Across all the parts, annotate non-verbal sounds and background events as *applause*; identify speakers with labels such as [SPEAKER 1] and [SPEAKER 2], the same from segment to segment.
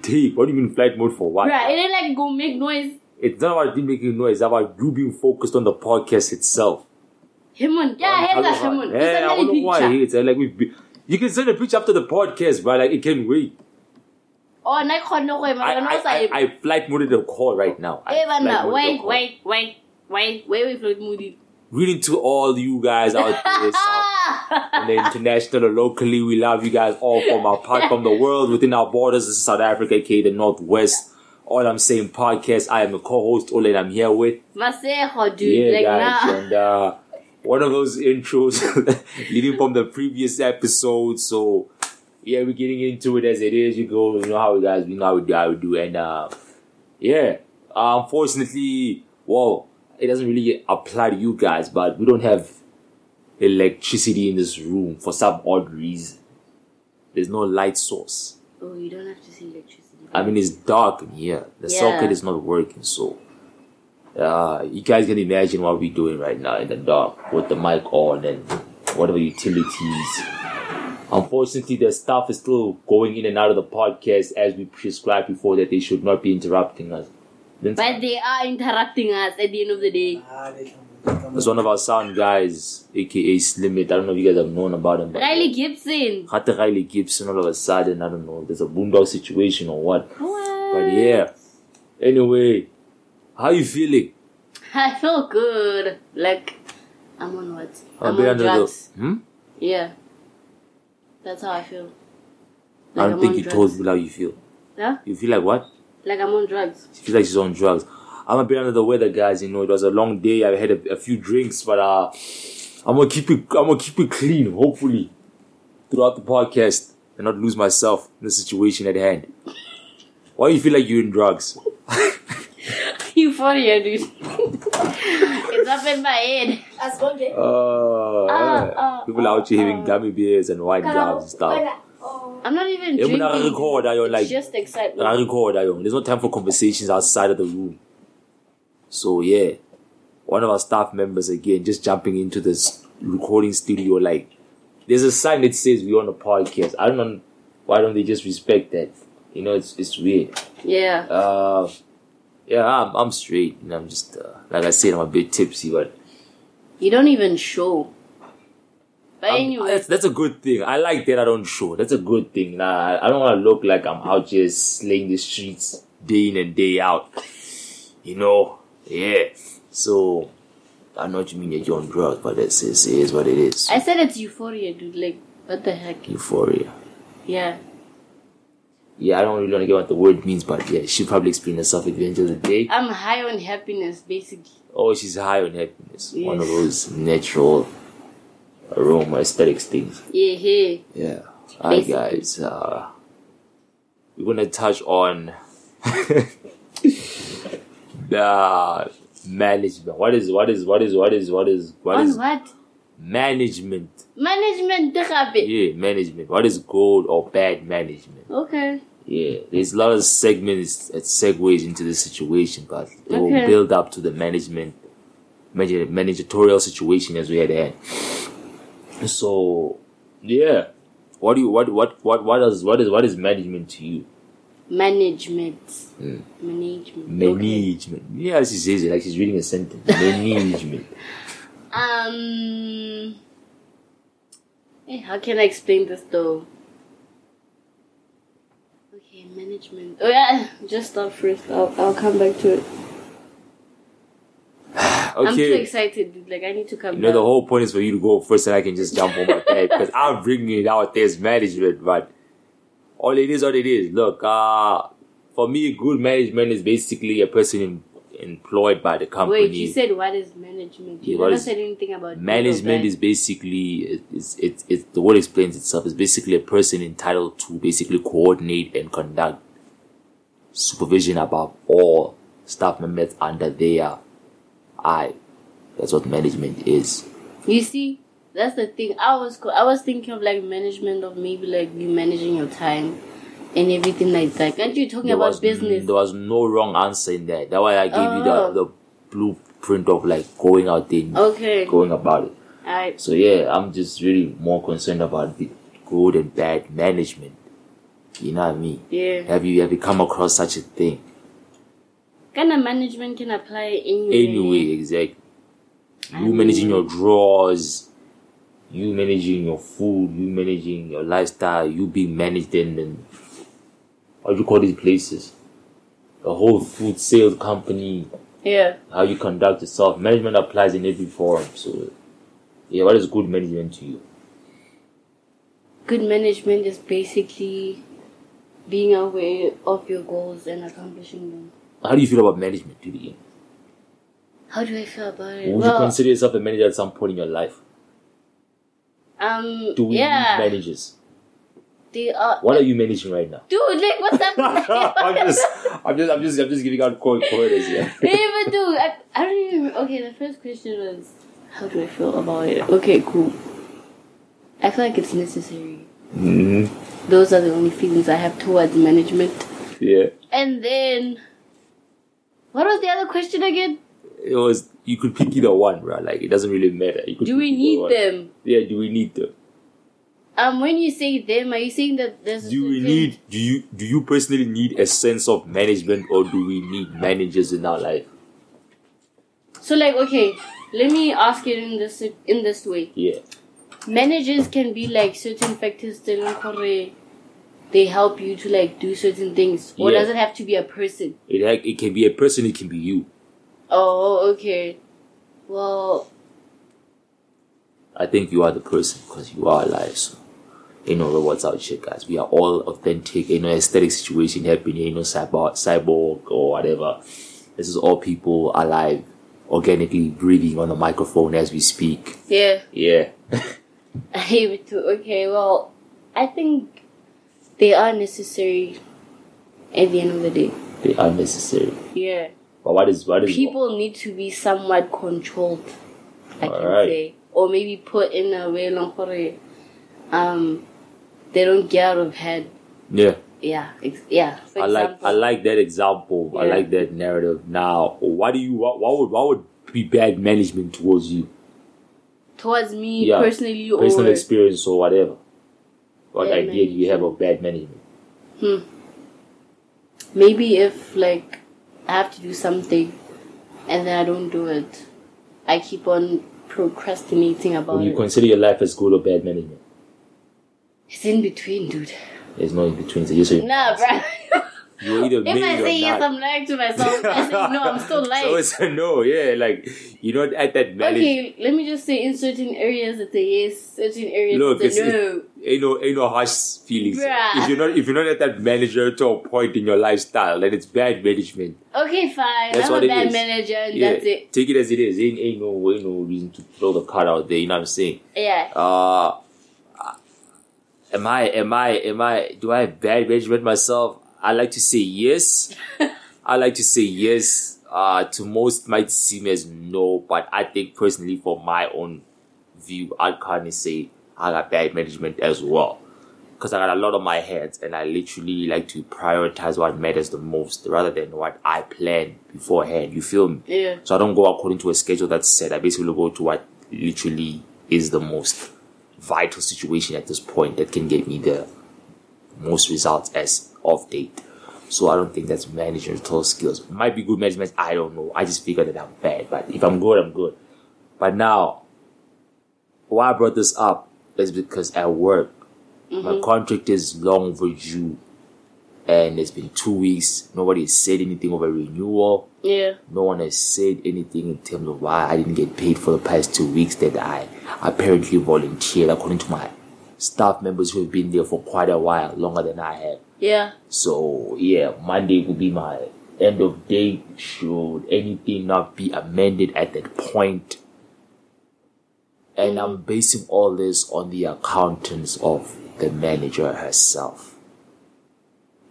[SPEAKER 1] dick. What do you mean flight mode for what?
[SPEAKER 2] Bruh, it ain't like go make noise.
[SPEAKER 1] It's not about it making noise. It's about you being focused on the podcast itself.
[SPEAKER 2] Hemon. Yeah,
[SPEAKER 1] I
[SPEAKER 2] here's
[SPEAKER 1] don't
[SPEAKER 2] that
[SPEAKER 1] know
[SPEAKER 2] Hemon.
[SPEAKER 1] why- Yeah, I
[SPEAKER 2] It's a
[SPEAKER 1] wonder why
[SPEAKER 2] picture.
[SPEAKER 1] he hates it. Like we, be- you can send a picture after the podcast, but like it can wait.
[SPEAKER 2] Oh, and I can't know where
[SPEAKER 1] I,
[SPEAKER 2] my
[SPEAKER 1] I, I,
[SPEAKER 2] nose
[SPEAKER 1] I flight mode the call right now. I flight
[SPEAKER 2] Evan,
[SPEAKER 1] mode the
[SPEAKER 2] wait,
[SPEAKER 1] call.
[SPEAKER 2] wait, wait, wait, wait, wait, Floyd Moody.
[SPEAKER 1] Reading to all you guys out
[SPEAKER 2] *laughs*
[SPEAKER 1] there, South and the international or locally, we love you guys all from our part from the world within our borders. This is South Africa, aka the Northwest. All I'm saying podcast. I am a co-host, Ole, and I'm here with
[SPEAKER 2] Masejo,
[SPEAKER 1] yeah,
[SPEAKER 2] dude. like
[SPEAKER 1] guys,
[SPEAKER 2] now.
[SPEAKER 1] and uh, one of those intros *laughs* leading from the previous episode. So yeah, we're getting into it as it is. You go, you know how we guys, you know how we do, how we do, and uh, yeah. Unfortunately, well, it doesn't really apply to you guys, but we don't have electricity in this room for some odd reason. There's no light source.
[SPEAKER 2] Oh, you don't have to see electricity.
[SPEAKER 1] I mean, it's dark in here. The
[SPEAKER 2] Yeah.
[SPEAKER 1] socket is not working, so uh, you guys can imagine what we're doing right now in the dark with the mic on and whatever utilities. Unfortunately, the stuff is still going in and out of the podcast as we prescribed before that they should not be interrupting us. Then-
[SPEAKER 2] but they are interrupting us at the end of the day.
[SPEAKER 1] There's one of our sound guys, aka Slimit. I don't know if you guys have known about him. But
[SPEAKER 2] Riley Gibson.
[SPEAKER 1] Hata Riley Gibson all of a sudden, I don't know, there's a boondog situation or what. But
[SPEAKER 2] What?
[SPEAKER 1] yeah. Anyway, how you feeling?
[SPEAKER 2] *laughs* I feel good. Like, I'm on what?
[SPEAKER 1] A
[SPEAKER 2] I'm
[SPEAKER 1] bit
[SPEAKER 2] on
[SPEAKER 1] under
[SPEAKER 2] drugs.
[SPEAKER 1] the. Hmm?
[SPEAKER 2] Yeah. That's how I
[SPEAKER 1] I
[SPEAKER 2] feel. Like,
[SPEAKER 1] don't
[SPEAKER 2] I'm
[SPEAKER 1] think
[SPEAKER 2] on
[SPEAKER 1] you
[SPEAKER 2] drugs.
[SPEAKER 1] told people how you feel.
[SPEAKER 2] Huh?
[SPEAKER 1] You feel like what?
[SPEAKER 2] Like, I'm on drugs. *laughs*
[SPEAKER 1] She feels like she's on drugs. I'm a bit under the weather, guys. You know, it was a long day. I had a, a few drinks, but uh, I'm gonna keep it. I'm gonna keep it clean. Hopefully, throughout the podcast, and not lose myself in the situation at hand. Why you feel like you're in drugs? *laughs*
[SPEAKER 2] Euphoria, dude. it's up in my head.
[SPEAKER 3] As one day.
[SPEAKER 1] Uh,
[SPEAKER 2] uh,
[SPEAKER 1] people out here having gummy bears and wine gums and stuff.
[SPEAKER 2] I'm not even
[SPEAKER 1] Yeah,
[SPEAKER 2] drinking.
[SPEAKER 1] when I record, I don't
[SPEAKER 2] It's
[SPEAKER 1] like-
[SPEAKER 2] just
[SPEAKER 1] I
[SPEAKER 2] excitement.
[SPEAKER 1] record, I don't. There's no time for conversations outside of the room. So yeah, one of our staff members again just jumping into this recording studio. Like, there's a sign that says we're on a podcast. I don't know why don't they just respect that. You know, it's it's weird.
[SPEAKER 2] Yeah.
[SPEAKER 1] Uh, yeah, I'm I'm straight. You know, I'm just uh, like I said, I'm a bit tipsy, but
[SPEAKER 2] You don't even show. But
[SPEAKER 1] I'm-
[SPEAKER 2] anyway,
[SPEAKER 1] that's, that's a good thing. I like that I don't show. That's a good thing. Nah, I don't want to look like I'm out here slaying the streets day in and day out. You know, yeah. So I know what you mean that you're on drugs, but that's it is what it is.
[SPEAKER 2] I said it's euphoria, dude. Like, what the heck?
[SPEAKER 1] Euphoria.
[SPEAKER 2] Yeah.
[SPEAKER 1] Yeah, I don't really want to get what the word means, but yeah, she probably explain herself at the end of the day.
[SPEAKER 2] I'm high on happiness, basically.
[SPEAKER 1] Oh, she's high on happiness. One of
[SPEAKER 2] Yes.
[SPEAKER 1] those natural aroma aesthetics things.
[SPEAKER 2] Yeah, hey.
[SPEAKER 1] Yeah. Hi
[SPEAKER 2] Basically.
[SPEAKER 1] guys. Uh, we're gonna touch on *laughs* the management. What is what is what is what is what is what
[SPEAKER 2] on
[SPEAKER 1] is
[SPEAKER 2] what?
[SPEAKER 1] management?
[SPEAKER 2] Management, the habit.
[SPEAKER 1] Yeah, management. What is good or bad management?
[SPEAKER 2] Okay.
[SPEAKER 1] Yeah, there's a lot of segments that segues into the situation, but they will
[SPEAKER 2] Okay.
[SPEAKER 1] build up to the management, manage- managerial situation as we had had. So, yeah, what do you what what what what is what is what is management to you?
[SPEAKER 2] Management.
[SPEAKER 1] Hmm.
[SPEAKER 2] Management. Okay.
[SPEAKER 1] Management. Yeah, she says it like she's reading a
[SPEAKER 2] *laughs*
[SPEAKER 1] sentence. Management.
[SPEAKER 2] Um. eh, how can I explain this though? Okay, management. Oh yeah, *laughs* just stop first. I'll, I'll come back to it. I'm too
[SPEAKER 1] Okay.
[SPEAKER 2] excited, dude. Like I need to come
[SPEAKER 1] You know, the
[SPEAKER 2] down.
[SPEAKER 1] whole point is for you to go first and I can just jump on my head
[SPEAKER 2] *laughs*
[SPEAKER 1] because I'm bringing it out there as management, but all it is, what it is. Look, uh, for me, good management is basically a person em employed by the company.
[SPEAKER 2] Wait, you said what is management? You
[SPEAKER 1] Yeah, what
[SPEAKER 2] never
[SPEAKER 1] is-
[SPEAKER 2] said anything about good or
[SPEAKER 1] management
[SPEAKER 2] bad.
[SPEAKER 1] is basically it's, it's, it's the word explains itself it's basically a person entitled to basically coordinate and conduct supervision above all staff members under their eye that's what management is
[SPEAKER 2] You see, that's the thing. I was co- I was thinking of like management of maybe like you managing your time and everything like that. Aren't you talking about
[SPEAKER 1] was,
[SPEAKER 2] business?
[SPEAKER 1] there was no wrong answer in there that's why i gave you the,
[SPEAKER 2] Oh.
[SPEAKER 1] the blueprint of like going out there and
[SPEAKER 2] Okay,
[SPEAKER 1] going about it
[SPEAKER 2] alright.
[SPEAKER 1] so yeah i'm just really more concerned about the good and bad management You know what I mean?
[SPEAKER 2] Yeah.
[SPEAKER 1] Have you have you come across such a thing?
[SPEAKER 2] Kind of management can apply anywhere.
[SPEAKER 1] Anyway, exactly. You
[SPEAKER 2] Mm.
[SPEAKER 1] managing your drawers, you managing your food, you managing your lifestyle, you being managed in, in what do you call these places? The whole food sales company,
[SPEAKER 2] Yeah.
[SPEAKER 1] how you conduct yourself. Management applies in every form. So, yeah, what is good management to you?
[SPEAKER 2] Good management is basically being aware of your goals and accomplishing them.
[SPEAKER 1] How do you feel about management to the end?
[SPEAKER 2] How do I feel about it?
[SPEAKER 1] Would you
[SPEAKER 2] well,
[SPEAKER 1] consider yourself a manager at some point in your life?
[SPEAKER 2] um,
[SPEAKER 1] Do we
[SPEAKER 2] yeah,
[SPEAKER 1] need managers?
[SPEAKER 2] they are.
[SPEAKER 1] What are you managing right
[SPEAKER 2] *laughs*
[SPEAKER 1] now?
[SPEAKER 2] Dude, like, what's up?
[SPEAKER 1] *laughs* I'm
[SPEAKER 2] *laughs*
[SPEAKER 1] just, I'm just, I'm just, I'm just giving out cold quarters. Yeah.
[SPEAKER 2] They even do. I, I don't even. Okay, the first question was, how do I feel about it? Okay, cool. I feel like it's necessary.
[SPEAKER 1] mm
[SPEAKER 2] Those are the only feelings I have towards management.
[SPEAKER 1] Yeah.
[SPEAKER 2] And then, what was the other question again?
[SPEAKER 1] It was you could pick either one, bro. Like it doesn't really matter. You could
[SPEAKER 2] Do we
[SPEAKER 1] pick either
[SPEAKER 2] need
[SPEAKER 1] one.
[SPEAKER 2] them?
[SPEAKER 1] Yeah. Do we need them?
[SPEAKER 2] Um, when you say them, are you saying that there's? a
[SPEAKER 1] Do we
[SPEAKER 2] certain-
[SPEAKER 1] need? Do you? Do you personally need a sense of management, or do we need managers in our life?
[SPEAKER 2] So, like, okay, let me ask it in this in this way.
[SPEAKER 1] Yeah.
[SPEAKER 2] managers can be like certain factors that don't correlate. they help you to like do certain things or
[SPEAKER 1] Yeah.
[SPEAKER 2] does it have to be a person
[SPEAKER 1] It ha- it can be a person. It can be you.
[SPEAKER 2] oh okay well
[SPEAKER 1] I think you are the person because you are alive. So. You know what's out here, guys. We are all authentic. You know, aesthetic situation happening. You know, cyborg, cyborg or whatever. This is all people alive, organically breathing on the microphone as we speak.
[SPEAKER 2] yeah *laughs*
[SPEAKER 1] Yeah,
[SPEAKER 2] i hate it too okay well i think they are necessary at the end of the day
[SPEAKER 1] they are necessary.
[SPEAKER 2] yeah
[SPEAKER 1] But what is what is
[SPEAKER 2] people need to be somewhat controlled i can
[SPEAKER 1] Alright.
[SPEAKER 2] say or maybe put in a way long correlate. um they don't get out of hand
[SPEAKER 1] Yeah,
[SPEAKER 2] yeah ex- yeah for
[SPEAKER 1] I like
[SPEAKER 2] example.
[SPEAKER 1] I like that example. I
[SPEAKER 2] Yeah.
[SPEAKER 1] like that narrative. Now, what do you what, what would what would be bad management towards you?
[SPEAKER 2] towards me
[SPEAKER 1] Yeah.
[SPEAKER 2] personally
[SPEAKER 1] Personal
[SPEAKER 2] or
[SPEAKER 1] experience or whatever. What
[SPEAKER 2] Bad
[SPEAKER 1] idea do you have of bad management?
[SPEAKER 2] maybe if like I have to do something and then I don't do it, I keep on procrastinating about
[SPEAKER 1] Would you
[SPEAKER 2] it.
[SPEAKER 1] consider your life as good or bad management?
[SPEAKER 2] it's in between, dude.
[SPEAKER 1] There's no in between. So you say *laughs*
[SPEAKER 2] Nah, bro.
[SPEAKER 1] You're either
[SPEAKER 2] if I
[SPEAKER 1] married
[SPEAKER 2] say
[SPEAKER 1] or
[SPEAKER 2] yes,
[SPEAKER 1] not.
[SPEAKER 2] I'm lying to myself. If I say no, I'm
[SPEAKER 1] *laughs*
[SPEAKER 2] still
[SPEAKER 1] So
[SPEAKER 2] lying.
[SPEAKER 1] it's a no, yeah. Like you're not at that manage.
[SPEAKER 2] okay, let me just say in certain areas it's a yes, certain areas
[SPEAKER 1] Look,
[SPEAKER 2] it's a
[SPEAKER 1] it's-
[SPEAKER 2] no.
[SPEAKER 1] Ain't no, ain't no harsh feelings.
[SPEAKER 2] Bruh.
[SPEAKER 1] If you're not, if you're not at that managerial point in your lifestyle, then it's bad management.
[SPEAKER 2] okay, fine.
[SPEAKER 1] That's
[SPEAKER 2] I'm
[SPEAKER 1] what
[SPEAKER 2] a
[SPEAKER 1] it
[SPEAKER 2] bad
[SPEAKER 1] is.
[SPEAKER 2] manager and
[SPEAKER 1] Yeah,
[SPEAKER 2] that's it.
[SPEAKER 1] take it as it is. Ain't, ain't no, ain't no reason to throw the card out there. You know what I'm saying?
[SPEAKER 2] Yeah. *laughs*
[SPEAKER 1] Uh, am I, am I, am I? Do I have bad management myself? I like to say yes. I like to say yes. Uh, to most might seem as no, but I think personally, for my own view, I can't say I got bad management as well. Because I got a lot on my hands and I literally like to prioritize what matters the most rather than what I plan beforehand. You feel me?
[SPEAKER 2] Yeah.
[SPEAKER 1] So I don't go according to a schedule that's set. I basically go to what literally is the most vital situation at this point that can get me the most results as of date. So I don't think that's managerial skills. Might be good management. I don't know. I just figure that I'm bad. But if I'm good, I'm good. But now, why I brought this up is because at work, my contract is long overdue, and it's been two weeks. Nobody has said anything of a renewal
[SPEAKER 2] Yeah.
[SPEAKER 1] no one has said anything in terms of why I didn't get paid for the past two weeks that I apparently volunteered, according to my staff members who have been there for quite a while, longer than I have.
[SPEAKER 2] Yeah.
[SPEAKER 1] So yeah, Monday will be my end of day. Should anything not be amended at that point? And I'm basing all this on the accountants of the manager herself.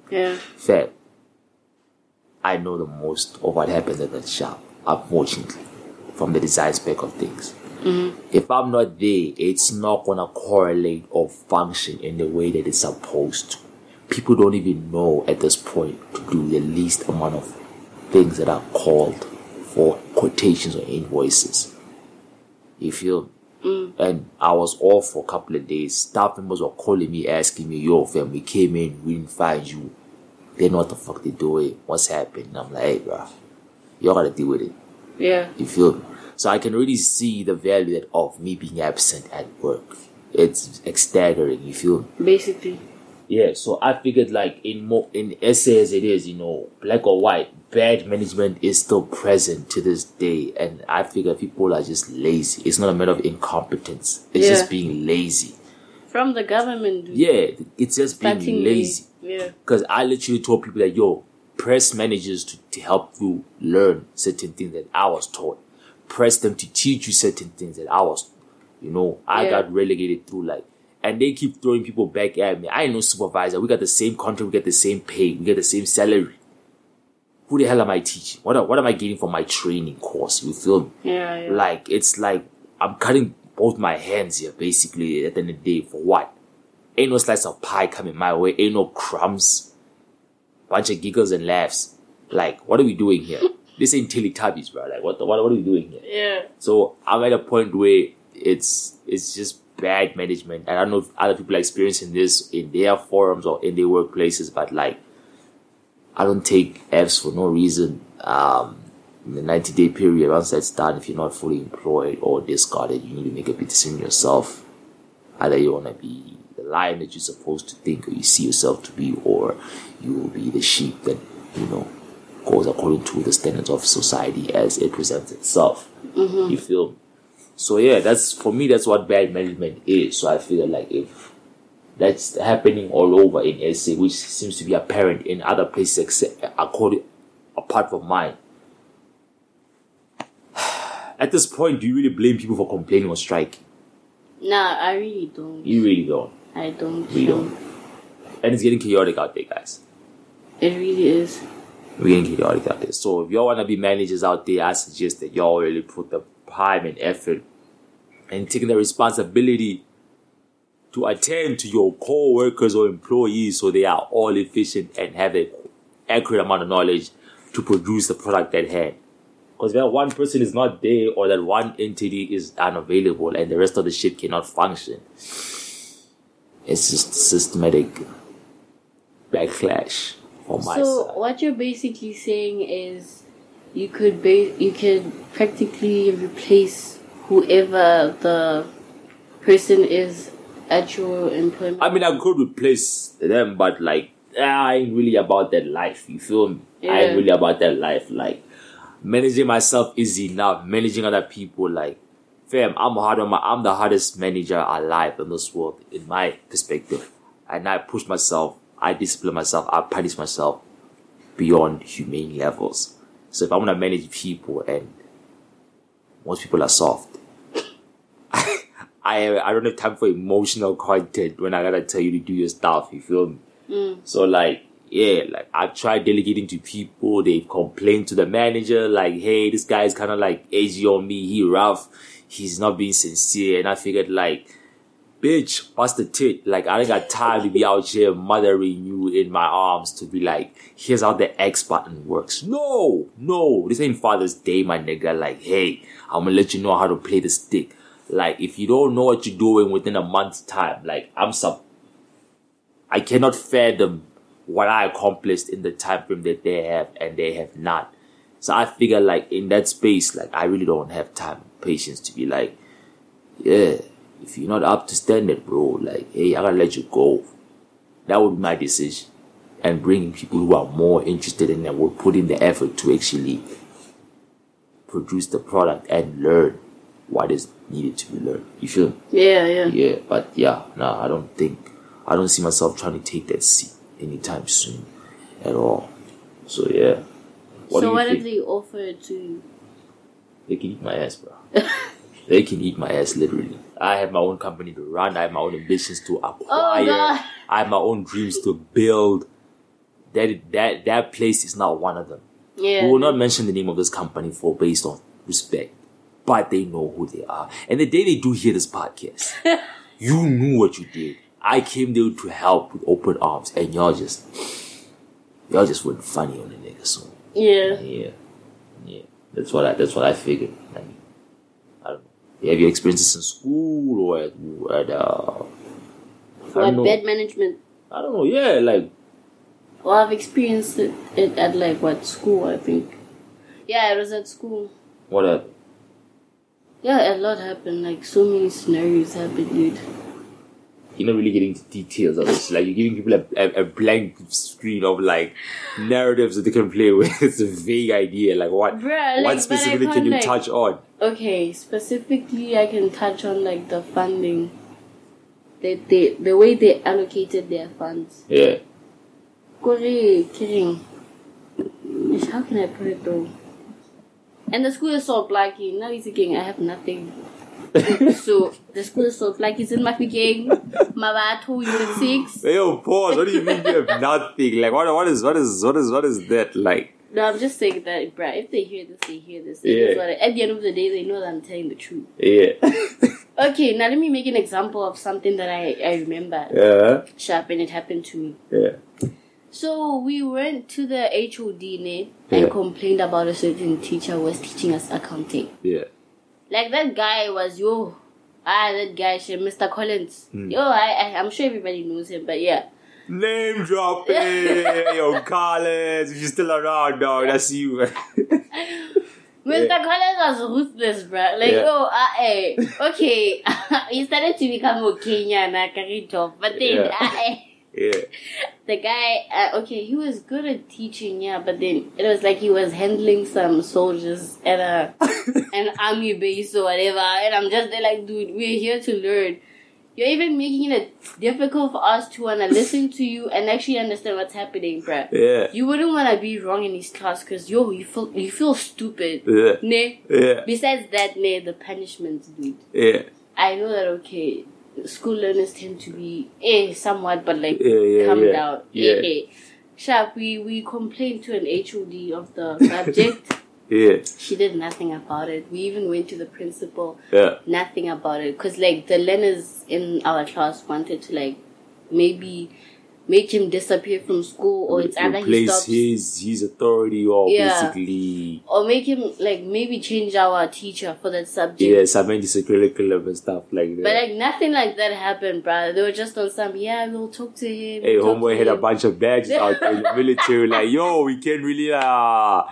[SPEAKER 2] Yeah.
[SPEAKER 1] Fair. I know the most of what happens at that shop, unfortunately, from the design spec of things. If I'm not there, it's not gonna correlate or function in the way that it's supposed to. People don't even know at this point to do the least amount of things that are called for quotations or invoices. You feel? And I was off for a couple of days. Staff members were calling me, asking me, yo, fam, we came in, we didn't find you. They know what the fuck they doing. What's happened? And I'm like, hey, bro, y'all gotta deal with it.
[SPEAKER 2] Yeah.
[SPEAKER 1] You feel me? So I can really see the value that- of me being absent at work. It's, it's staggering. You feel me?
[SPEAKER 2] Basically.
[SPEAKER 1] Yeah, so I figured like in mo- in essays it is, you know, black or white, bad management is still present to this day, and I figure people are just lazy. It's not a matter of incompetence; it's
[SPEAKER 2] Yeah.
[SPEAKER 1] just being lazy.
[SPEAKER 2] From the government, dude.
[SPEAKER 1] Yeah, it's just being
[SPEAKER 2] Starting
[SPEAKER 1] lazy.
[SPEAKER 2] Yeah.
[SPEAKER 1] Because I literally told people that yo, press managers to, to help you learn certain things that I was taught. Press them to teach you certain things that I was, you know, I
[SPEAKER 2] Yeah.
[SPEAKER 1] got relegated through like, and they keep throwing people back at me. I ain't no supervisor. We got the same contract. We get the same pay. We get the same salary. Who the hell am I teaching? What am- what am I getting for my training course? You feel me?
[SPEAKER 2] Yeah, yeah.
[SPEAKER 1] Like it's like I'm cutting both my hands here, basically. At the end of the day, for what? Ain't no slice of pie coming my way. Ain't no crumbs. Bunch of giggles and laughs. Like, what are we doing here? this ain't Teletubbies, bro. Like, what, the, what, what are we doing here?
[SPEAKER 2] yeah.
[SPEAKER 1] So I'm at a point where it's it's just bad management. And I don't know if other people are experiencing this in their forums or in their workplaces, but like I don't take F's for no reason. Um in the 90 day period, once that's done, if you're not fully employed or discarded, you need to make a decision yourself. Either you want to be the lion that you're supposed to think or you see yourself to be, or you will be the sheep that, you know, goes according to the standards of society as it presents itself. You feel me? So yeah, that's for me. That's what bad management is. So I feel like if that's happening all over in SA, which seems to be apparent in other places except according apart from mine. *sighs* At this point, do you really blame people for complaining or striking?
[SPEAKER 2] Nah, I really don't.
[SPEAKER 1] You really don't.
[SPEAKER 2] I don't.
[SPEAKER 1] We
[SPEAKER 2] feel-
[SPEAKER 1] don't. And it's getting chaotic out there, guys.
[SPEAKER 2] It really is.
[SPEAKER 1] We're getting chaotic out there. So if y'all wanna be managers out there, I suggest that y'all really put the time and effort and taking the responsibility to attend to your co-workers or employees so they are all efficient and have an accurate amount of knowledge to produce the product at hand. Because that one person is not there or that one entity is unavailable and the rest of the ship cannot function. It's just systematic backlash on my
[SPEAKER 2] so
[SPEAKER 1] side.
[SPEAKER 2] what you're basically saying is you could ba- you could practically replace whoever the person is at your employment.
[SPEAKER 1] I mean, I could replace them, but like, ah, I ain't really about that life. You feel me? I
[SPEAKER 2] Yeah.
[SPEAKER 1] ain't really about that life. Like, managing myself is enough. Managing other people, like, fam, I'm hard on my. I'm the hardest manager alive in this world, in my perspective. And I push myself. I discipline myself. I punish myself beyond humane levels. So if I want to manage people, and most people are soft. *laughs* I I don't have time for emotional content when I gotta tell you to do your stuff. You feel me? So like yeah, like I tried delegating to people. They complain to the manager like, "Hey, this guy is kind of like edgy on me. He rough. He's not being sincere." And I figured like, "Bitch, what's the tit? Like I ain't got time to be out here mothering you in my arms to be like, here's how the X button works." No, no, this ain't Father's Day, my nigga. Like, hey, I'm gonna let you know how to play the stick. Like, if you don't know what you're doing within a month's time, like I'm sub I cannot fathom what I accomplished in the time frame that they have and they have not. So I figure like in that space, like I really don't have time and patience to be like, yeah, if you're not up to standard, bro, like hey, I gotta let you go. That would be my decision. And bringing people who are more interested in and will put in the effort to actually produce the product and learn what is needed to be learned. You feel me?
[SPEAKER 2] yeah, yeah,
[SPEAKER 1] Yeah, but yeah, no, I don't think I don't see myself trying to take that seat anytime soon at all. So yeah. What do
[SPEAKER 2] so
[SPEAKER 1] you
[SPEAKER 2] what
[SPEAKER 1] think?
[SPEAKER 2] if they offer to you?
[SPEAKER 1] They can eat my ass, bro. *laughs* they can eat my ass literally. I have my own company to run. I have my own ambitions to acquire.
[SPEAKER 2] Oh, God.
[SPEAKER 1] I have my own dreams to build. That that that place is not one of them.
[SPEAKER 2] Yeah.
[SPEAKER 1] We will not mention the name of this company for based on respect, but they know who they are. And the day they do hear this
[SPEAKER 2] *laughs*
[SPEAKER 1] podcast, you knew what you did. I came there to help with open arms, and y'all just y'all just went funny on the nigga. So
[SPEAKER 2] yeah.
[SPEAKER 1] yeah, yeah, that's what I that's what I figured. Like, I don't know. Have you experienced this in school or at, at uh, I
[SPEAKER 2] Like
[SPEAKER 1] don't know.
[SPEAKER 2] bed management.
[SPEAKER 1] I don't know. Yeah, like
[SPEAKER 2] Well, I've experienced it, it at like what school? I think. Yeah, it was at school.
[SPEAKER 1] what? A,
[SPEAKER 2] Yeah, a lot happened. Like so many scenarios happened, dude.
[SPEAKER 1] you're not really getting into details of this. Like you're giving people a, a, a blank screen of like narratives that they can play *laughs* with. It's a vague idea. Like what?
[SPEAKER 2] Bruh, like, but I
[SPEAKER 1] what specifically can
[SPEAKER 2] can't,
[SPEAKER 1] you
[SPEAKER 2] like-
[SPEAKER 1] touch on?
[SPEAKER 2] Okay, specifically, I can touch on like the funding. That they, the way they allocated their funds.
[SPEAKER 1] Yeah.
[SPEAKER 2] Kore, kidding. How can I put it though? And the school is so blacky. Now he's thinking I have nothing.
[SPEAKER 1] *laughs*
[SPEAKER 2] so the school is so blacky. It's in my game. Mavatu unit six.
[SPEAKER 1] Hey, yo, pause. What do you mean you have nothing? Like what? What is? What is? What is? What is that? Like
[SPEAKER 2] No, I'm just saying that, bruh. If they hear this, they hear this. They
[SPEAKER 1] Yeah.
[SPEAKER 2] just wanna- at the end of the day, they know that I'm telling the truth.
[SPEAKER 1] yeah. *laughs*
[SPEAKER 2] Okay, now let me make an example of something that I, I remember.
[SPEAKER 1] yeah.
[SPEAKER 2] Sharp and it happened to me.
[SPEAKER 1] Yeah.
[SPEAKER 2] So we went to the HOD ne, and
[SPEAKER 1] Yeah.
[SPEAKER 2] complained about a certain teacher who was teaching us accounting.
[SPEAKER 1] Yeah.
[SPEAKER 2] Like that guy was yo, ah that guy, she, Mr. Collins.
[SPEAKER 1] Hmm.
[SPEAKER 2] Yo, I, I I'm sure everybody knows him, but yeah,
[SPEAKER 1] Name dropping, yo, Collins. If you're still around, dog, that's you. *laughs*
[SPEAKER 2] Mr.
[SPEAKER 1] Yeah.
[SPEAKER 2] Collins was ruthless, bruh. Like
[SPEAKER 1] Yeah.
[SPEAKER 2] oh, ah eh, okay. *laughs* he started to become a Kenyan, a Karito, but then
[SPEAKER 1] Yeah.
[SPEAKER 2] ah eh.
[SPEAKER 1] yeah.
[SPEAKER 2] the guy uh, okay he was good at teaching yeah but then it was like he was handling some soldiers at a an army base or whatever and i'm just there like dude we're here to learn you're even making it difficult for us to want to listen to you and actually understand what's happening bruh
[SPEAKER 1] Yeah.
[SPEAKER 2] you wouldn't want to be wrong in this class because yo you feel you feel stupid
[SPEAKER 1] Yeah.
[SPEAKER 2] Nah.
[SPEAKER 1] Yeah.
[SPEAKER 2] besides that nah, the punishments dude
[SPEAKER 1] Yeah.
[SPEAKER 2] i know that okay school learners tend to be eh somewhat but like
[SPEAKER 1] Yeah. Yeah.
[SPEAKER 2] come
[SPEAKER 1] yeah.
[SPEAKER 2] down.
[SPEAKER 1] Yeah.
[SPEAKER 2] Eh, eh. Sharp, we, we complained to an HOD of the subject.
[SPEAKER 1] Yeah.
[SPEAKER 2] she did nothing about it. We even went to the principal,
[SPEAKER 1] Yeah.
[SPEAKER 2] nothing about it. Because, like, the learners in our class wanted to, like, maybe make him disappear from school or it's either he
[SPEAKER 1] replace
[SPEAKER 2] stops.
[SPEAKER 1] his his authority or
[SPEAKER 2] Yeah.
[SPEAKER 1] basically
[SPEAKER 2] Or make him, like, maybe change our teacher for that subject.
[SPEAKER 1] yeah, submit his curriculum and stuff like that.
[SPEAKER 2] But, like, nothing like that happened, brother. They were just on some, yeah, we'll talk to him.
[SPEAKER 1] hey,
[SPEAKER 2] we'll talk
[SPEAKER 1] homeboy
[SPEAKER 2] to
[SPEAKER 1] had a
[SPEAKER 2] him."
[SPEAKER 1] bunch of
[SPEAKER 2] *laughs*
[SPEAKER 1] badges out there in the military. Like, yo, we can really uh,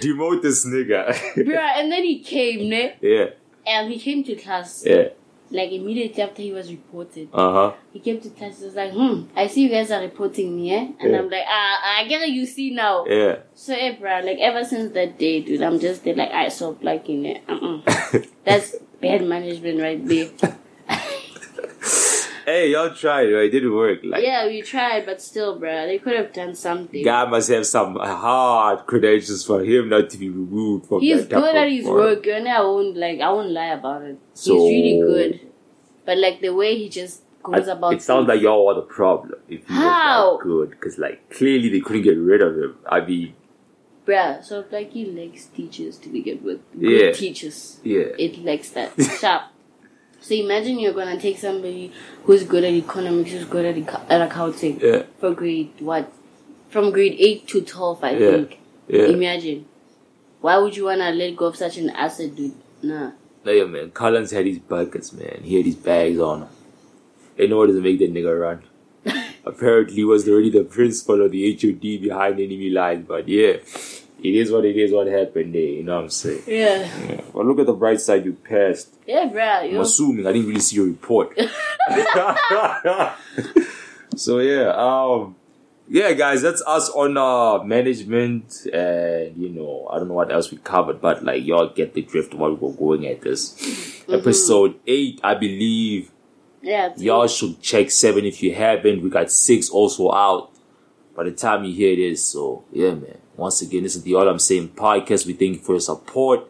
[SPEAKER 1] demote this nigga. *laughs*
[SPEAKER 2] Bruh, and then he came, ne?
[SPEAKER 1] yeah.
[SPEAKER 2] And he came to class.
[SPEAKER 1] Yeah.
[SPEAKER 2] like immediately after he was reported,
[SPEAKER 1] Uh huh.
[SPEAKER 2] he came to class. He was like, "Hmm, I see you guys are reporting me, eh?" And
[SPEAKER 1] Yeah.
[SPEAKER 2] I'm like, "Ah, I get that you see now."
[SPEAKER 1] Yeah. *laughs*
[SPEAKER 2] So, eh, bruh, like ever since that day, dude, I'm just there, like, I saw black in it. Uh-uh.
[SPEAKER 1] *laughs*
[SPEAKER 2] That's bad management right there.
[SPEAKER 1] hey, y'all tried, right? It didn't work. Like,
[SPEAKER 2] yeah, we tried, but still, bruh, they could have done something.
[SPEAKER 1] Guy must have some hard credentials for him not to be removed from
[SPEAKER 2] He's
[SPEAKER 1] that type
[SPEAKER 2] good
[SPEAKER 1] of
[SPEAKER 2] at his work, and I won't like, I won't lie about it.
[SPEAKER 1] So-
[SPEAKER 2] He's really good, but like the way he just goes
[SPEAKER 1] I-
[SPEAKER 2] about
[SPEAKER 1] it sounds like y'all are the problem. If he
[SPEAKER 2] How?
[SPEAKER 1] was that good, because like clearly they couldn't get rid of him. I mean,
[SPEAKER 2] bruh. So like he likes teachers to begin with, good
[SPEAKER 1] Yeah.
[SPEAKER 2] teachers.
[SPEAKER 1] yeah,
[SPEAKER 2] it likes that sharp. So imagine you're gonna take somebody who's good at economics, who's good at, eco- at accounting
[SPEAKER 1] yeah,
[SPEAKER 2] for grade what, from grade eight to twelve, I
[SPEAKER 1] Yeah.
[SPEAKER 2] think.
[SPEAKER 1] yeah.
[SPEAKER 2] Imagine, why would you wanna let go of such an asset, dude? Nah.
[SPEAKER 1] No, yeah, man. Collins had his buckets, man. He had his bags on him. And no one doesn't make that nigga *laughs* run. Apparently, he was already the principal of the HOD behind enemy lines, but yeah, it is what it is. What happened there, you know what I'm saying?
[SPEAKER 2] Yeah.
[SPEAKER 1] Yeah. But look at the bright side. You passed.
[SPEAKER 2] Yeah, bruh.
[SPEAKER 1] I'm
[SPEAKER 2] Yo.
[SPEAKER 1] assuming I didn't really see your report. *laughs* so yeah, um, yeah, guys, that's us on uh, management, and you know, I don't know what else we covered, but like y'all get the drift of what we were going at this episode eight, I believe.
[SPEAKER 2] Yeah. it's-
[SPEAKER 1] Y'all should check seven if you haven't. We got six also out by the time you hear this. So yeah, man. Once again, this is the All I'm Saying podcast. We thank you for your support.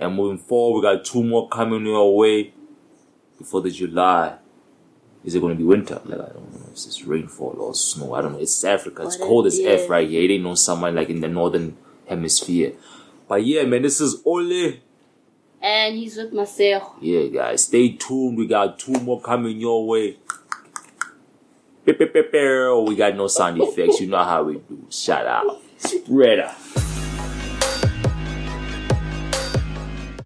[SPEAKER 1] And moving forward, we got two more coming your way before the July. Is it going to be winter? Like I don't know. Is this rainfall or snow? I don't know. It's Africa. It's
[SPEAKER 2] What
[SPEAKER 1] cold
[SPEAKER 2] is
[SPEAKER 1] as
[SPEAKER 2] it?
[SPEAKER 1] f right here. It ain't no someone like in the northern hemisphere. But yeah, man, this is Ole.
[SPEAKER 2] And he's with myself.
[SPEAKER 1] Yeah, guys, stay tuned. We got two more coming your way. Pe- pe- pe- pe- We got no sound effects. You know how we do. Shout out. Spreader.